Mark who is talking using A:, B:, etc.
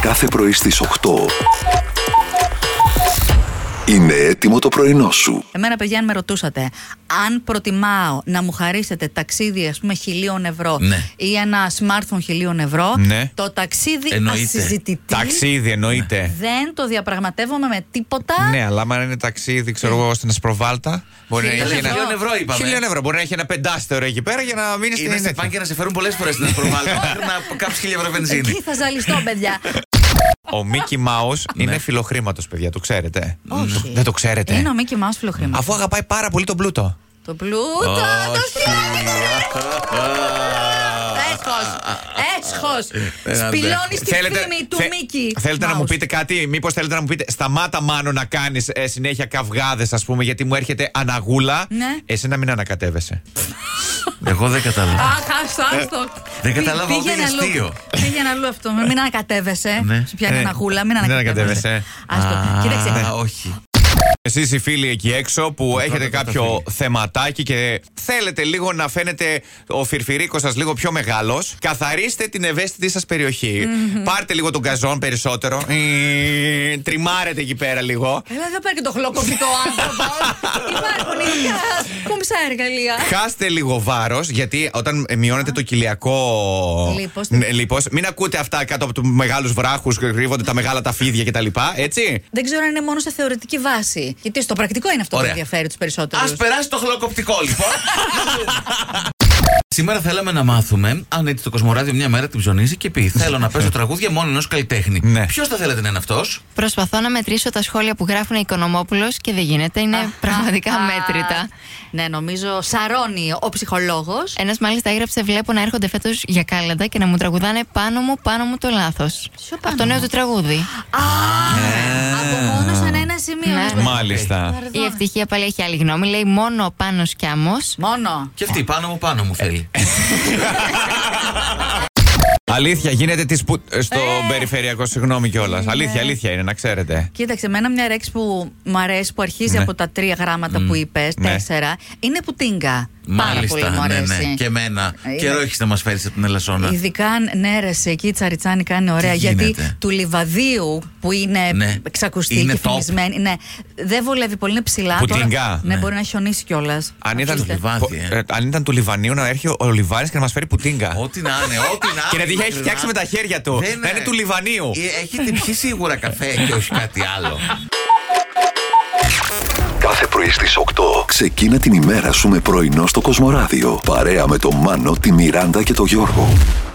A: κάθε πρωί στις 8. Είναι έτοιμο το πρωινό σου.
B: Εμένα, παιδιά, αν με ρωτούσατε, αν προτιμάω να μου χαρίσετε ταξίδι, ας πούμε, χιλίων ευρώ
C: Ναι.
B: ή ένα smartphone χιλίων ευρώ,
C: Ναι.
B: το ταξίδι
C: Εννοείται.
B: ασυζητητή
D: Ταξίδι εννοείται.
B: δεν το διαπραγματεύομαι με τίποτα.
D: Ναι, αλλά άμα είναι ταξίδι, ξέρω εγώ, στην Ασπροβάλτα. Μπορεί να
B: Χίλιον
D: έχει ένα.
B: ευρώ.
C: Χίλιον ευρώ είπαμε.
D: Χίλιον ευρώ. Μπορεί να έχει ένα πεντάστερο εκεί πέρα για να μείνει στην
C: Είμαστε
D: Ελλάδα.
C: φαν και να σε φέρουν πολλές φορές στην Ασπροβάλτα. να κάψει χίλια ευρώ
B: Εκεί
C: βενζίνη.
B: θα ζαλιστώ, παιδιά.
D: Ο Μίκι Μάους είναι φιλοχρήματος, παιδιά, το ξέρετε.
B: Όχι.
D: Δεν το ξέρετε.
B: Είναι ο Μίκη Μάους φιλοχρήμα.
D: Αφού αγαπάει πάρα πολύ τον πλούτο.
B: Το πλούτο, το σκυλάκι. Έσχος, έσχος. Σπηλώνεις τη φήμη του
D: θε-
B: Μίκη.
D: Θέλετε να μου
B: Μάους.
D: πείτε κάτι, μήπως θέλετε να μου πείτε, σταμάτα μάνο να κάνεις συνέχεια καυγάδες, ας πούμε, γιατί μου έρχεται αναγούλα.
B: Ναι.
D: Εσύ να μην ανακατεύεσαι.
C: Εγώ δεν κατάλαβα.
B: Αχ, άστο, άστο.
C: Ε, Δεν
B: Πη-
C: κατάλαβα ότι
B: πήγαινε
C: είναι
B: αλλού.
C: αστείο.
B: Πήγαινε αλλού αυτό. Μην μην ανακατεύεσαι.
C: Ναι.
B: Σου πιάνει
D: Ε,
B: ένα γούλα, μην
D: δεν
B: ανακατεύεσαι.
D: ανακατεύεσαι.
B: Άστο.
C: Α,
B: Κοίταξε.
C: Όχι.
D: Εσείς οι φίλοι εκεί έξω που έχετε
C: πρώτα
D: κάποιο
C: φίλοι.
D: θεματάκι και θέλετε λίγο να φαίνεται ο φιρφυρίκος σας λίγο πιο μεγάλος, καθαρίστε την ευαίσθητη σας περιοχη Πάρτε λίγο τον καζόν περισσότερο. Ε, τριμάρετε εκεί πέρα λίγο.
B: Καλά, δεν πάρει και το χλωκοπιτό άνθρωπο. Υπάρχουν ειδικά κομψά εργαλεία.
D: Χάστε λίγο βάρος, γιατί όταν ε, μειώνετε το κοιλιακό
B: Λίπος.
D: ναι, λίπος, μην ακούτε αυτά κάτω από του μεγάλους βράχους, κρύβονται τα μεγάλα τα φίδια κτλ. Έτσι.
B: Δεν ξέρω αν είναι μόνο σε θεωρητική βάση. Γιατί στο πρακτικό είναι αυτό που
C: Ωραία.
B: ενδιαφέρει τους περισσότερους.
C: Ας περάσει το χλωκοπτικό, λοιπόν. Σήμερα θέλαμε να μάθουμε αν έτσι το Κοσμοράδιο μια μέρα την ψωνίζει και πει: Θέλω να παίζω τραγούδια μόνο ενός καλλιτέχνη.
D: Ναι.
C: Ποιος θα θέλετε να είναι αυτός,
E: Προσπαθώ να μετρήσω τα σχόλια που γράφουν οι Οικονομόπουλος και δεν γίνεται. Είναι πραγματικά
B: Α,
E: μέτρητα.
B: Ε, Ναι, νομίζω σαρώνει ο ψυχολόγος.
E: Ένας μάλιστα έγραψε: Βλέπω να έρχονται φέτος για κάλαντα και να μου τραγουδάνε πάνω μου, πάνω μου το λάθος.
B: Ποιο πάνω
E: Από το νέο
B: μου?
E: του τραγούδι.
C: Ε.
B: Α, από μόνο σαν ένα σημείο.
E: Ναι.
B: λες,
D: Μάλιστα.
B: Παρδόν.
E: Η ευτυχία πάλι έχει άλλη γνώμη. Λέει μόνο πάνω κιάμο.
B: Μόνο.
C: Και αυτή πάνω μου, πάνω μου θέλει.
D: Ε, Αλήθεια, γίνεται της σπου... ε, στο περιφερειακό, συγγνώμη κιόλας. Αλήθεια, αλήθεια είναι, να ξέρετε.
B: Κοίταξε, εμένα μια λέξη που μου αρέσει, που αρχίζει
D: Ναι.
B: από τα τρία γράμματα που είπες,
D: Ναι.
B: τέσσερα, είναι πουτίνγκα.
C: Μάλιστα,
B: Πάρα πολύ μου
C: ναι,
B: αρέσει.
C: ναι. Και εμένα.
D: Ε,
B: Είναι-
C: Καιρό έχεις να μας φέρεις από την Ελασσόνα.
B: Ειδικά αν ναι, ρε, σε εκεί η Τσαριτσάνη κάνει ωραία.
C: Τι
B: γιατί
C: γίνεται?
B: του λιβαδίου που είναι
C: Ναι.
B: ξακουστή
C: Είναι
B: και
C: top.
B: φημισμένη. Ναι, δεν βολεύει πολύ, είναι ψηλά. Τώρα-
D: Πουτίνγκα.
B: Ναι,
D: Ναι.
B: μπορεί να χιονίσει κιόλας.
D: Αν ήταν,
C: το λιβάδι, ε.
D: ε, αν ήταν του Λιβανίου να έρχει ο Λιβάνη και να μας φέρει πουτίνγκα.
C: Ό,τι να είναι, ό,τι να είναι.
D: Και να την έχει φτιάξει με τα χέρια του.
C: Δεν
D: Να είναι του Λιβανίου.
C: Ε, Έχετε πιει σίγουρα καφέ και όχι κάτι άλλο.
A: Κάθε πρωί στις 8. Ξεκίνα την ημέρα σου με πρωινό στο Κοσμοράδιο. Παρέα με τον Μάνο, τη Μιράντα και τον Γιώργο.